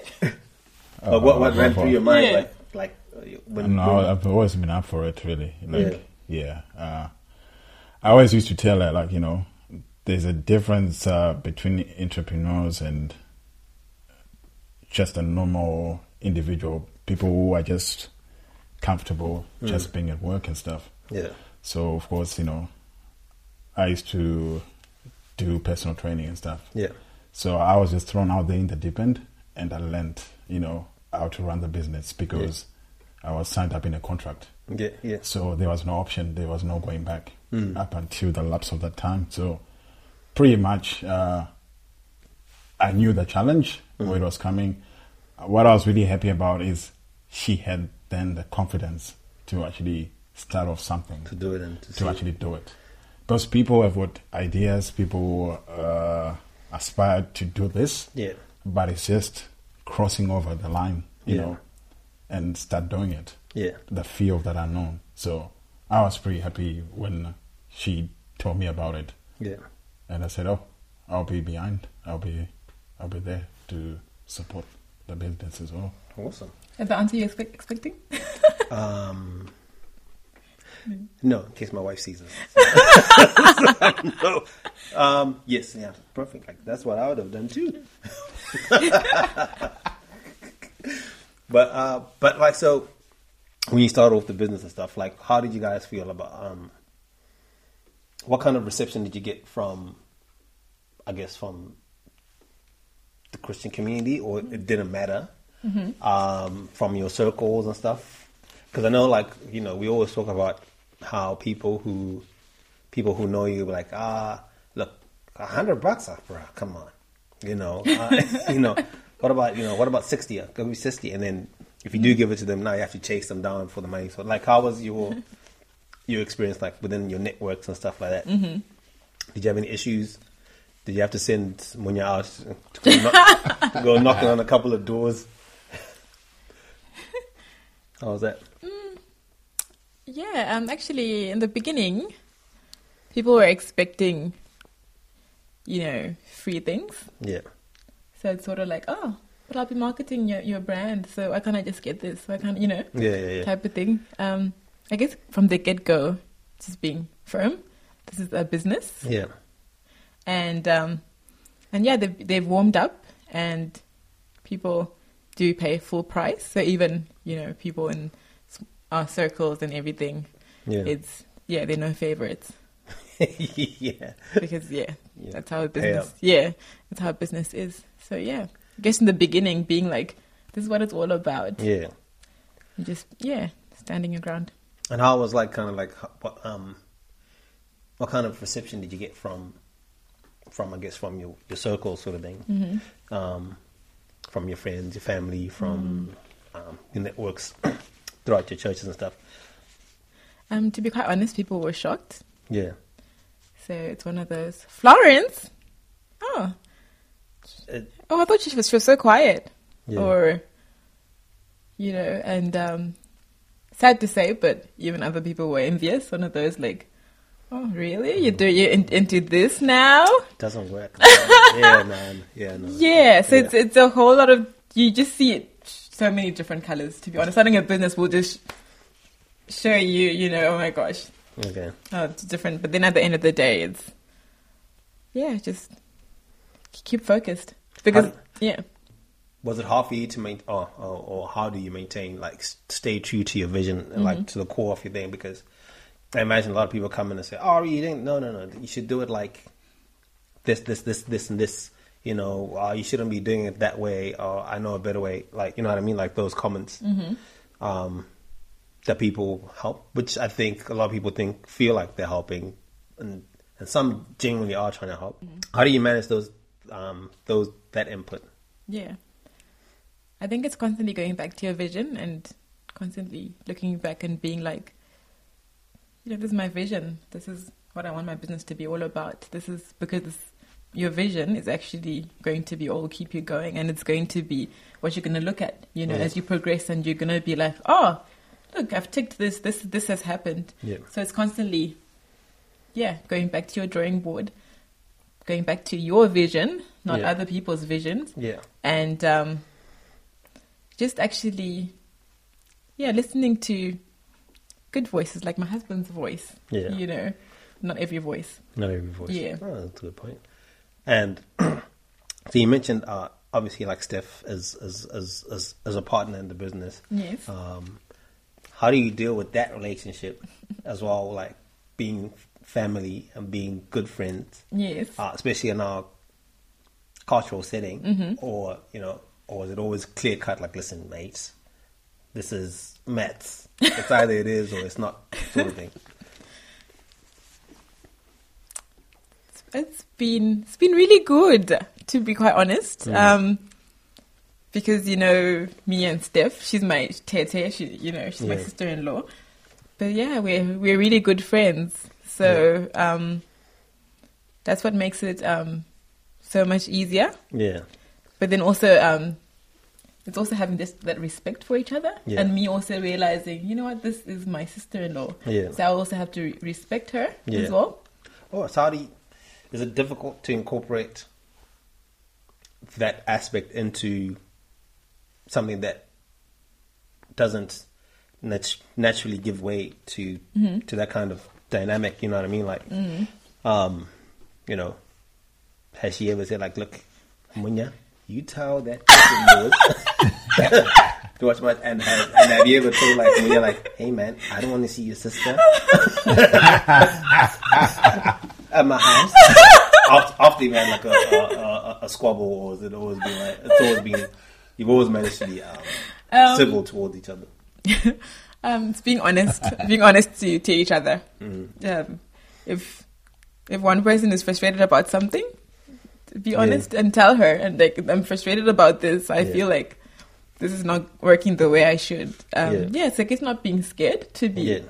Speaker 1: But what, what ran through your mind,
Speaker 2: Yeah.
Speaker 1: like, like uh, when,
Speaker 3: Oh, No, I- I've always been up for it, really. Like, yeah. Uh, I always used to tell her, like, you know, there's a difference uh, between entrepreneurs and just a normal individual, people who are just comfortable just being at work and stuff.
Speaker 1: Mm. yeah,
Speaker 3: So, of course, you know, I used to do personal training and stuff.
Speaker 1: yeah,
Speaker 3: So I was just thrown out there in the deep end, and I learned, you know, how to run the business because I was signed up in a contract.
Speaker 1: yeah, yeah,
Speaker 3: So there was no option, there was no going back up until the lapse of that time. So pretty much, uh, I knew the challenge where it was coming. What I was really happy about is she had then the confidence to actually start off something
Speaker 1: to do it and to,
Speaker 3: to
Speaker 1: see.
Speaker 3: actually do it. Because people have got ideas, people uh, aspire to do this,
Speaker 1: Yeah.
Speaker 3: but it's just crossing over the line, you
Speaker 1: Yeah.
Speaker 3: know, and start doing it.
Speaker 1: Yeah.
Speaker 3: The fear of that unknown. So I was pretty happy when she told me about it,
Speaker 1: Yeah.
Speaker 3: and I said, "Oh, I'll be behind. I'll be, I'll be there to support the business as well."
Speaker 1: Awesome.
Speaker 2: Is the answer you're expect- expecting?
Speaker 1: Um, no, in case my wife sees us. no. Um, yes, yeah, perfect. Like that's what I would have done too. but uh, but like so, when you start off the business and stuff, like how did you guys feel about um, what kind of reception did you get from, I guess from the Christian community, or it didn't matter um, from your circles and stuff? Because I know, like you know, we always talk about how people who people who know you, like ah, look, a hundred bucks off, bro. Come on, you know, uh, you know. What about you know? What about sixty? Uh, Give me sixty, and then if you do give it to them now, you have to chase them down for the money. So, like, how was your your experience like within your networks and stuff like that? Mm-hmm. Did you have any issues? Did you have to send when you're out to go, knock, to go knocking on a couple of doors? How was that?
Speaker 2: Yeah, um, actually, in the beginning, people were expecting, you know, free things.
Speaker 1: Yeah,
Speaker 2: So it's sort of like, oh, but I'll be marketing your, your brand, so why can't I just get this? Why can't, you know,
Speaker 1: yeah, yeah, yeah.
Speaker 2: type of thing. Um, I guess from the get go, just being firm, this is a business.
Speaker 1: yeah.
Speaker 2: And, um, and yeah, they've, they've warmed up and people do pay full price. So even, you know, people in s- our circles and everything,
Speaker 1: Yeah.
Speaker 2: it's, yeah, they're no favorites
Speaker 1: yeah.
Speaker 2: because yeah,
Speaker 1: Yeah.
Speaker 2: that's how a
Speaker 1: Pay
Speaker 2: business
Speaker 1: up.
Speaker 2: yeah that's how business is so yeah i guess in the beginning being like this is what it's all about
Speaker 1: Yeah.
Speaker 2: You just yeah standing your ground
Speaker 1: And how was like kind of like h- what um what kind of reception did you get from from I guess from your your circle sort of thing, um, from your friends, your family, from um, your networks throughout your churches and stuff.
Speaker 2: um to be quite honest people were shocked
Speaker 1: Yeah,
Speaker 2: so it's one of those florence oh
Speaker 1: It-
Speaker 2: oh i thought she was, she was so quiet
Speaker 1: Yeah.
Speaker 2: or you know and um sad to say but even other people were envious one of those like oh really you do you in, into this now
Speaker 1: doesn't work. yeah, man. Yeah, no.
Speaker 2: Yeah, so
Speaker 1: Mm. Yeah.
Speaker 2: it's it's a whole lot of you just see it so many different colors. To be honest, starting a business will just show you, you know, oh my gosh,
Speaker 1: Okay.
Speaker 2: oh it's different. But then at the end of the day, it's yeah, just keep focused because
Speaker 1: How-
Speaker 2: yeah,
Speaker 1: was it hard for you to maintain or, or, or how do you maintain like s- stay true to your vision and like to the core of your thing because i imagine a lot of people come in and say oh you didn't no no no you should do it like this this this this and this you know uh, you shouldn't be doing it that way or i know a better way like you know what i mean like those comments um, that people help which i think a lot of people think feel like they're helping and, and some genuinely are trying to help how do you manage those um, those that input
Speaker 2: yeah. I think it's constantly going back to your vision and constantly looking back and being like, you know, this is my vision. This is what I want my business to be all about. This is because this- your vision is actually going to be all keep you going and it's going to be what you're going to look at, you know,
Speaker 1: Yeah.
Speaker 2: as you progress and you're going to be like, oh, look, I've ticked this, this, this has happened.
Speaker 1: Yeah.
Speaker 2: So it's constantly, yeah, going back to your drawing board, going back to your vision, not
Speaker 1: Yeah.
Speaker 2: other people's visions
Speaker 1: yeah
Speaker 2: and um, just actually, yeah, listening to good voices like my husband's voice.
Speaker 1: Yeah.
Speaker 2: You know, not every voice.
Speaker 1: Not every voice.
Speaker 2: Yeah.
Speaker 1: Oh, that's a good point. And so you mentioned uh, obviously like Steph as as, as as as a partner in the business.
Speaker 2: Yes.
Speaker 1: Um, how do you deal with that relationship as well, like being family and being good friends,
Speaker 2: Yes.
Speaker 1: uh, especially in our cultural setting, or you know, or is it always clear cut? Like, listen, mate, this is Mets. It's either it is or it's not, sort of thing.
Speaker 2: It's been it's been really good to be quite honest.
Speaker 1: Mm.
Speaker 2: Um, because you know me and Steph, she's my tete. She, you know, she's my
Speaker 1: Yeah.
Speaker 2: sister-in-law. But yeah, we're we're really good friends. So um, that's what makes it um, so much easier.
Speaker 1: Yeah.
Speaker 2: But then also, um, it's also having this that respect for each other,
Speaker 1: Yeah.
Speaker 2: and me also realizing, you know what, this is my sister-in-law.
Speaker 1: Yeah.
Speaker 2: So I also have to re- respect her
Speaker 1: Yeah.
Speaker 2: as well.
Speaker 1: Oh, Saudi, is it difficult to incorporate that aspect into something that doesn't nat- naturally give way to to that kind of dynamic? You know what I mean? Like, um, you know, has she ever said like, "Look, Munya, you tell that person yours to watch my and have, and have you ever told like Munya like, hey man, I don't want to see your sister." at my house. after, after you've had like a, a, a, a squabble, or has it always been like it's always been you've always managed to be um, civil towards each other.
Speaker 2: Um, it's being honest, being honest to, to each other.
Speaker 1: Mm.
Speaker 2: Um, if if one person is frustrated about something, be honest and tell her. And like, I'm frustrated about this. I
Speaker 1: Yeah.
Speaker 2: feel like this is not working the way I should. Um,
Speaker 1: Yeah.
Speaker 2: yeah. it's like it's not being scared to be.
Speaker 1: Yeah.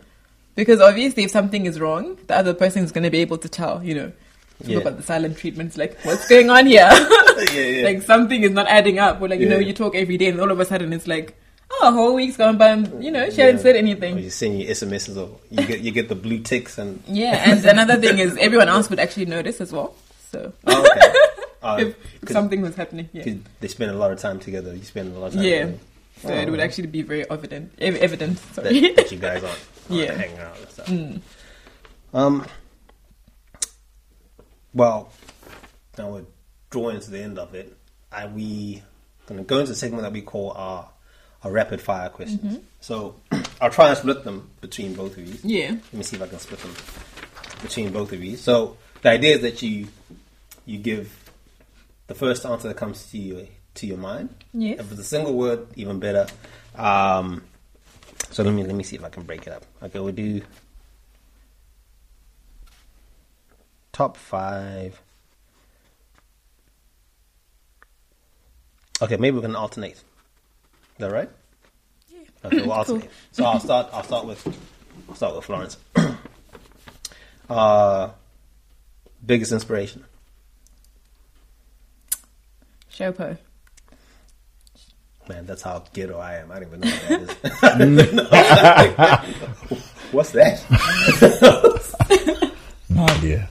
Speaker 2: Because obviously, if something is wrong, the other person is going to be able to tell. You know, if you
Speaker 1: Yeah.
Speaker 2: look at the silent treatments. Like, what's going on here?
Speaker 1: Yeah, yeah.
Speaker 2: like something is not adding up. Or like you know,
Speaker 1: Yeah.
Speaker 2: you talk every day, and all of a sudden it's like, oh, a whole week's gone by. And, you know, she hasn't said
Speaker 1: Or
Speaker 2: anything.
Speaker 1: you send your SMSs, or you get you get the blue ticks, and
Speaker 2: Yeah, and another thing is everyone else would actually notice as well. So
Speaker 1: oh, okay. Uh,
Speaker 2: if
Speaker 1: 'cause-
Speaker 2: something was happening, yeah,
Speaker 1: 'cause they spend a lot of time together. You spend a lot of time.
Speaker 2: yeah.
Speaker 1: together.
Speaker 2: So it would actually be very evident. ev- Evident. Sorry.
Speaker 1: Oh. that, that you guys aren't, aren't
Speaker 2: Yeah. Mm.
Speaker 1: hanging out and stuff. Um, well, now we're drawing to the end of it. I we going to go into the segment that we call our, our rapid fire questions.
Speaker 2: Mm-hmm.
Speaker 1: So I'll try and split them between both of you.
Speaker 2: yeah.
Speaker 1: Let me see if I can split them between both of you. So the idea is that you you give the first answer that comes to you to your mind.
Speaker 2: Yes.
Speaker 1: If it's a single word, even better. Um, so let me let me see if I can break it up. Okay, we'll do top five. Okay, maybe we can alternate. Is that right? Okay, we'll alternate.
Speaker 2: Cool.
Speaker 1: So I'll start. I'll start with. I'll start with Florence. uh, biggest inspiration.
Speaker 2: Shopo.
Speaker 1: Man, that's how ghetto I am. I don't even know what that is. I don't know. What's that?
Speaker 3: No idea.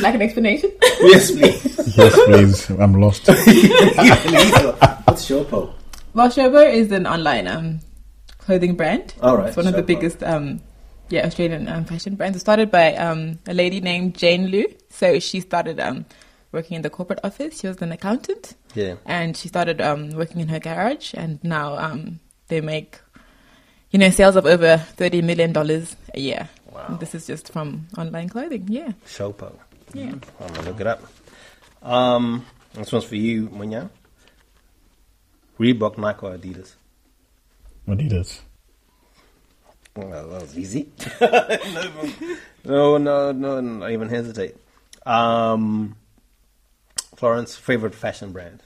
Speaker 2: Like an explanation?
Speaker 1: yes, please.
Speaker 3: Yes, please. I'm lost.
Speaker 1: What's Shopo?
Speaker 2: well, Shopo is an online um, clothing brand.
Speaker 1: All right,
Speaker 2: It's one of the
Speaker 1: Shopo.
Speaker 2: biggest um, yeah, Australian um, fashion brands. It started by um, a lady named Jane Liu. So she started um, working in the corporate office. She was an accountant.
Speaker 1: Yeah.
Speaker 2: And she started um, working in her garage. And now um, they make, you know, sales of over $30 million a year.
Speaker 1: Wow.
Speaker 2: This is just from online clothing. Yeah.
Speaker 1: Shopo.
Speaker 2: Yeah.
Speaker 1: I'm gonna look it up. Um, this one's for you, Munya. Reebok, Nike, or Adidas?
Speaker 3: Adidas.
Speaker 1: Well, that was easy. no, no, no, no, not even hesitate. Um, Florence, favorite fashion brand?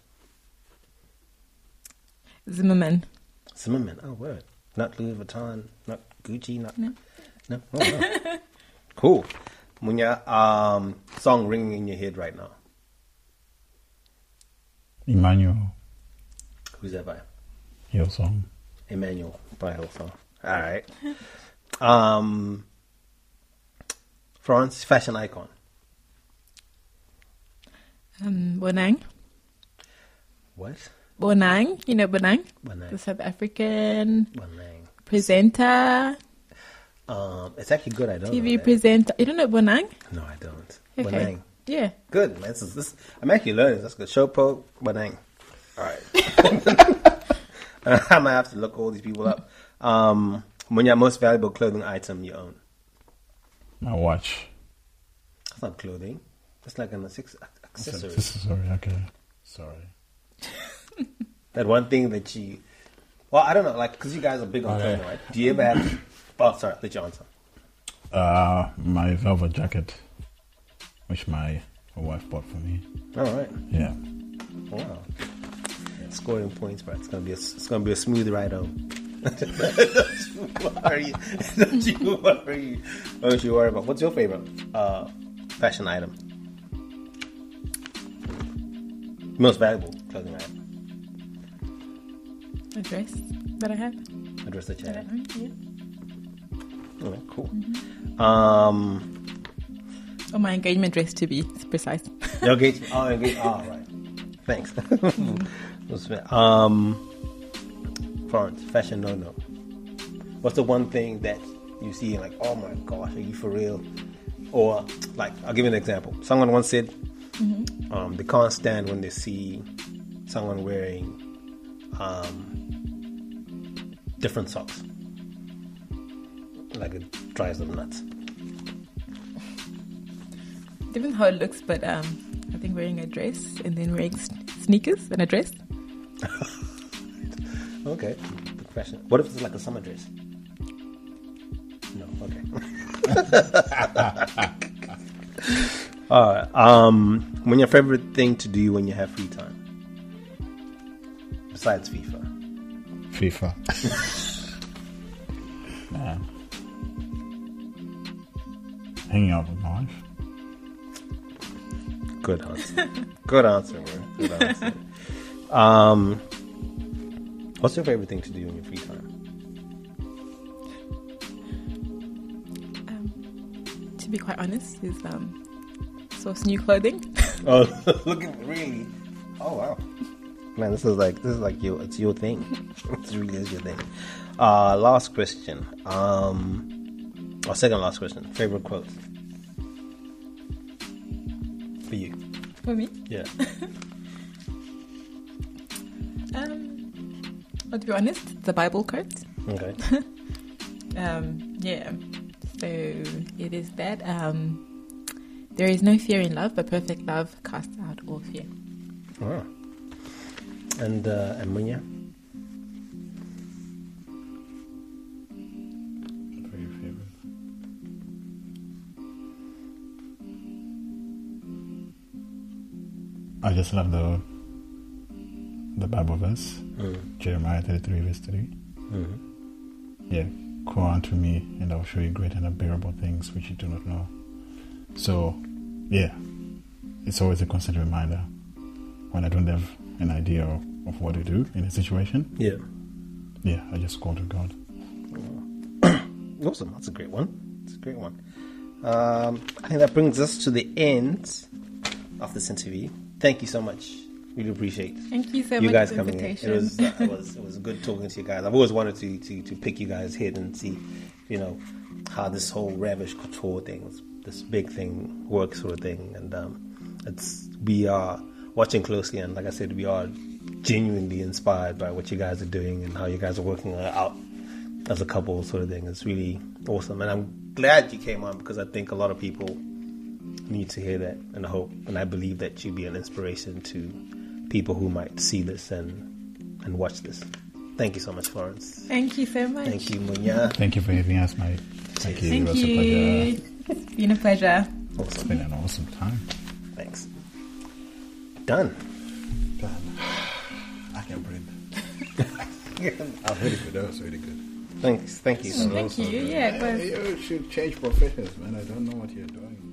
Speaker 2: Zimmerman.
Speaker 1: Zimmerman. Oh, word. Not Louis Vuitton, not Gucci, not.
Speaker 2: No.
Speaker 1: No. Oh, wow. cool. Munya, um, song ringing in your head right now.
Speaker 3: Emmanuel.
Speaker 1: Who's that by?
Speaker 3: Your song.
Speaker 1: Emmanuel by Hillsong. All right. Um, Florence, fashion icon.
Speaker 2: Um, Bonang.
Speaker 1: What?
Speaker 2: Bonang. You know Bonang?
Speaker 1: Bonang.
Speaker 2: The South African
Speaker 1: One name.
Speaker 2: presenter,
Speaker 1: Um, it's actually good. I don't know
Speaker 2: TV
Speaker 1: that.
Speaker 2: presenter. You don't know Bonang?
Speaker 1: No, I don't.
Speaker 2: Okay.
Speaker 1: Wanang.
Speaker 2: Yeah.
Speaker 1: Good, man. This is, this, I'm actually learning. That's good. Shopo, Wanang. All right. I might have to look all these people up. Um, Munya, most valuable clothing item you own?
Speaker 3: My watch.
Speaker 1: That's not clothing. That's like an acce- accessory.
Speaker 3: This is sorry. Okay. Sorry.
Speaker 1: that one thing that you. Well, I don't know. Like, because you guys are big on
Speaker 3: Okay.
Speaker 1: clothing, right? Do you ever have. Oh, sorry. Let you answer.
Speaker 3: Uh, my velvet jacket, which my a wife bought for me.
Speaker 1: All right.
Speaker 3: Yeah.
Speaker 1: Wow. Scoring points, but it's gonna be a, it's gonna be a smooth ride home. don't you worry. Don't you worry. Don't you worry about. What's your favorite uh, fashion item? Most valuable clothing item.
Speaker 2: A dress that I have.
Speaker 1: A dress that you
Speaker 2: That I
Speaker 1: have.
Speaker 2: own, yeah.
Speaker 1: All right, cool. Um,
Speaker 2: Or Oh, my engagement dress to be precise.
Speaker 1: your gate. Oh, your gate. Oh, right. Thanks. What's that? um, Florence, fashion no no. What's the one thing that you see and like, oh my gosh, are you for real? Or like, I'll give you an example. Someone once said um, they can't stand when they see someone wearing um, different socks. Like it drives them nuts.
Speaker 2: Depends how it looks, but um, I think wearing a dress and then wearing s- sneakers and a dress.
Speaker 1: Okay. Fashion. What if it's like a summer dress? No. Okay. All right. Um, when your favorite thing to do when you have free time, besides FIFA.
Speaker 3: FIFA. nah. Hanging out with my wife.
Speaker 1: Good answer. Good answer, man. Good answer. um, what's your favorite thing to do in your free time?
Speaker 2: Um, to be quite honest, is um, source new clothing.
Speaker 1: Oh, look at really. Oh wow, man, this is like this is like your it's your thing. it's really is your thing. Uh, last question. Um, or second last question. Favorite quote for you?
Speaker 2: For me,
Speaker 1: Yeah.
Speaker 2: um, but to be honest, the Bible quote.
Speaker 1: Okay.
Speaker 2: Um, yeah. So it is that um, there is no fear in love, but perfect love casts out all fear.
Speaker 1: Wow. And uh, and Munya?
Speaker 3: What are your favorite? I just love the the Bible verse,
Speaker 1: Mm.
Speaker 3: Jeremiah thirty three verse three.
Speaker 1: Mm.
Speaker 3: Yeah, call unto me, and I will show you great and unbearable things which you do not know. So, yeah, it's always a constant reminder when I don't have an idea of, of what to do in a situation.
Speaker 1: Yeah.
Speaker 3: Yeah, I just call to God.
Speaker 1: Awesome. That's a great one. It's a great one. Um, I think that brings us to the end of this interview. Thank you so much. Really appreciate
Speaker 2: Thank you so
Speaker 1: you
Speaker 2: much
Speaker 1: guys
Speaker 2: for the
Speaker 1: coming in. It
Speaker 2: invitation.
Speaker 1: was, uh, it was it was good talking to you guys. I've always wanted to to, to pick you guys head and see, you know, how this whole ravish couture thing, this- this big thing works sort of thing. And um, it's we are watching closely, and like I said, we are genuinely inspired by what you guys are doing and how you guys are working out as a couple sort of thing. It's really awesome, and I'm glad you came on because I think a lot of people need to hear that and I hope and I believe that you'd be an inspiration to people who might see this and and watch this. Thank you so much, Florence.
Speaker 2: Thank you so much.
Speaker 1: Thank you, Munya.
Speaker 3: Thank you for having us, mate. Thank you.
Speaker 2: Thank
Speaker 3: it was a pleasure.
Speaker 2: you. It's been a pleasure.
Speaker 3: It's been an awesome time.
Speaker 1: Thanks. Done.
Speaker 4: I can breathe. I've heard it good. That was really good.
Speaker 1: Thanks. Thank you.
Speaker 2: Thank you. Yeah, it was.
Speaker 4: You should change professions, man. I don't know what you're doing.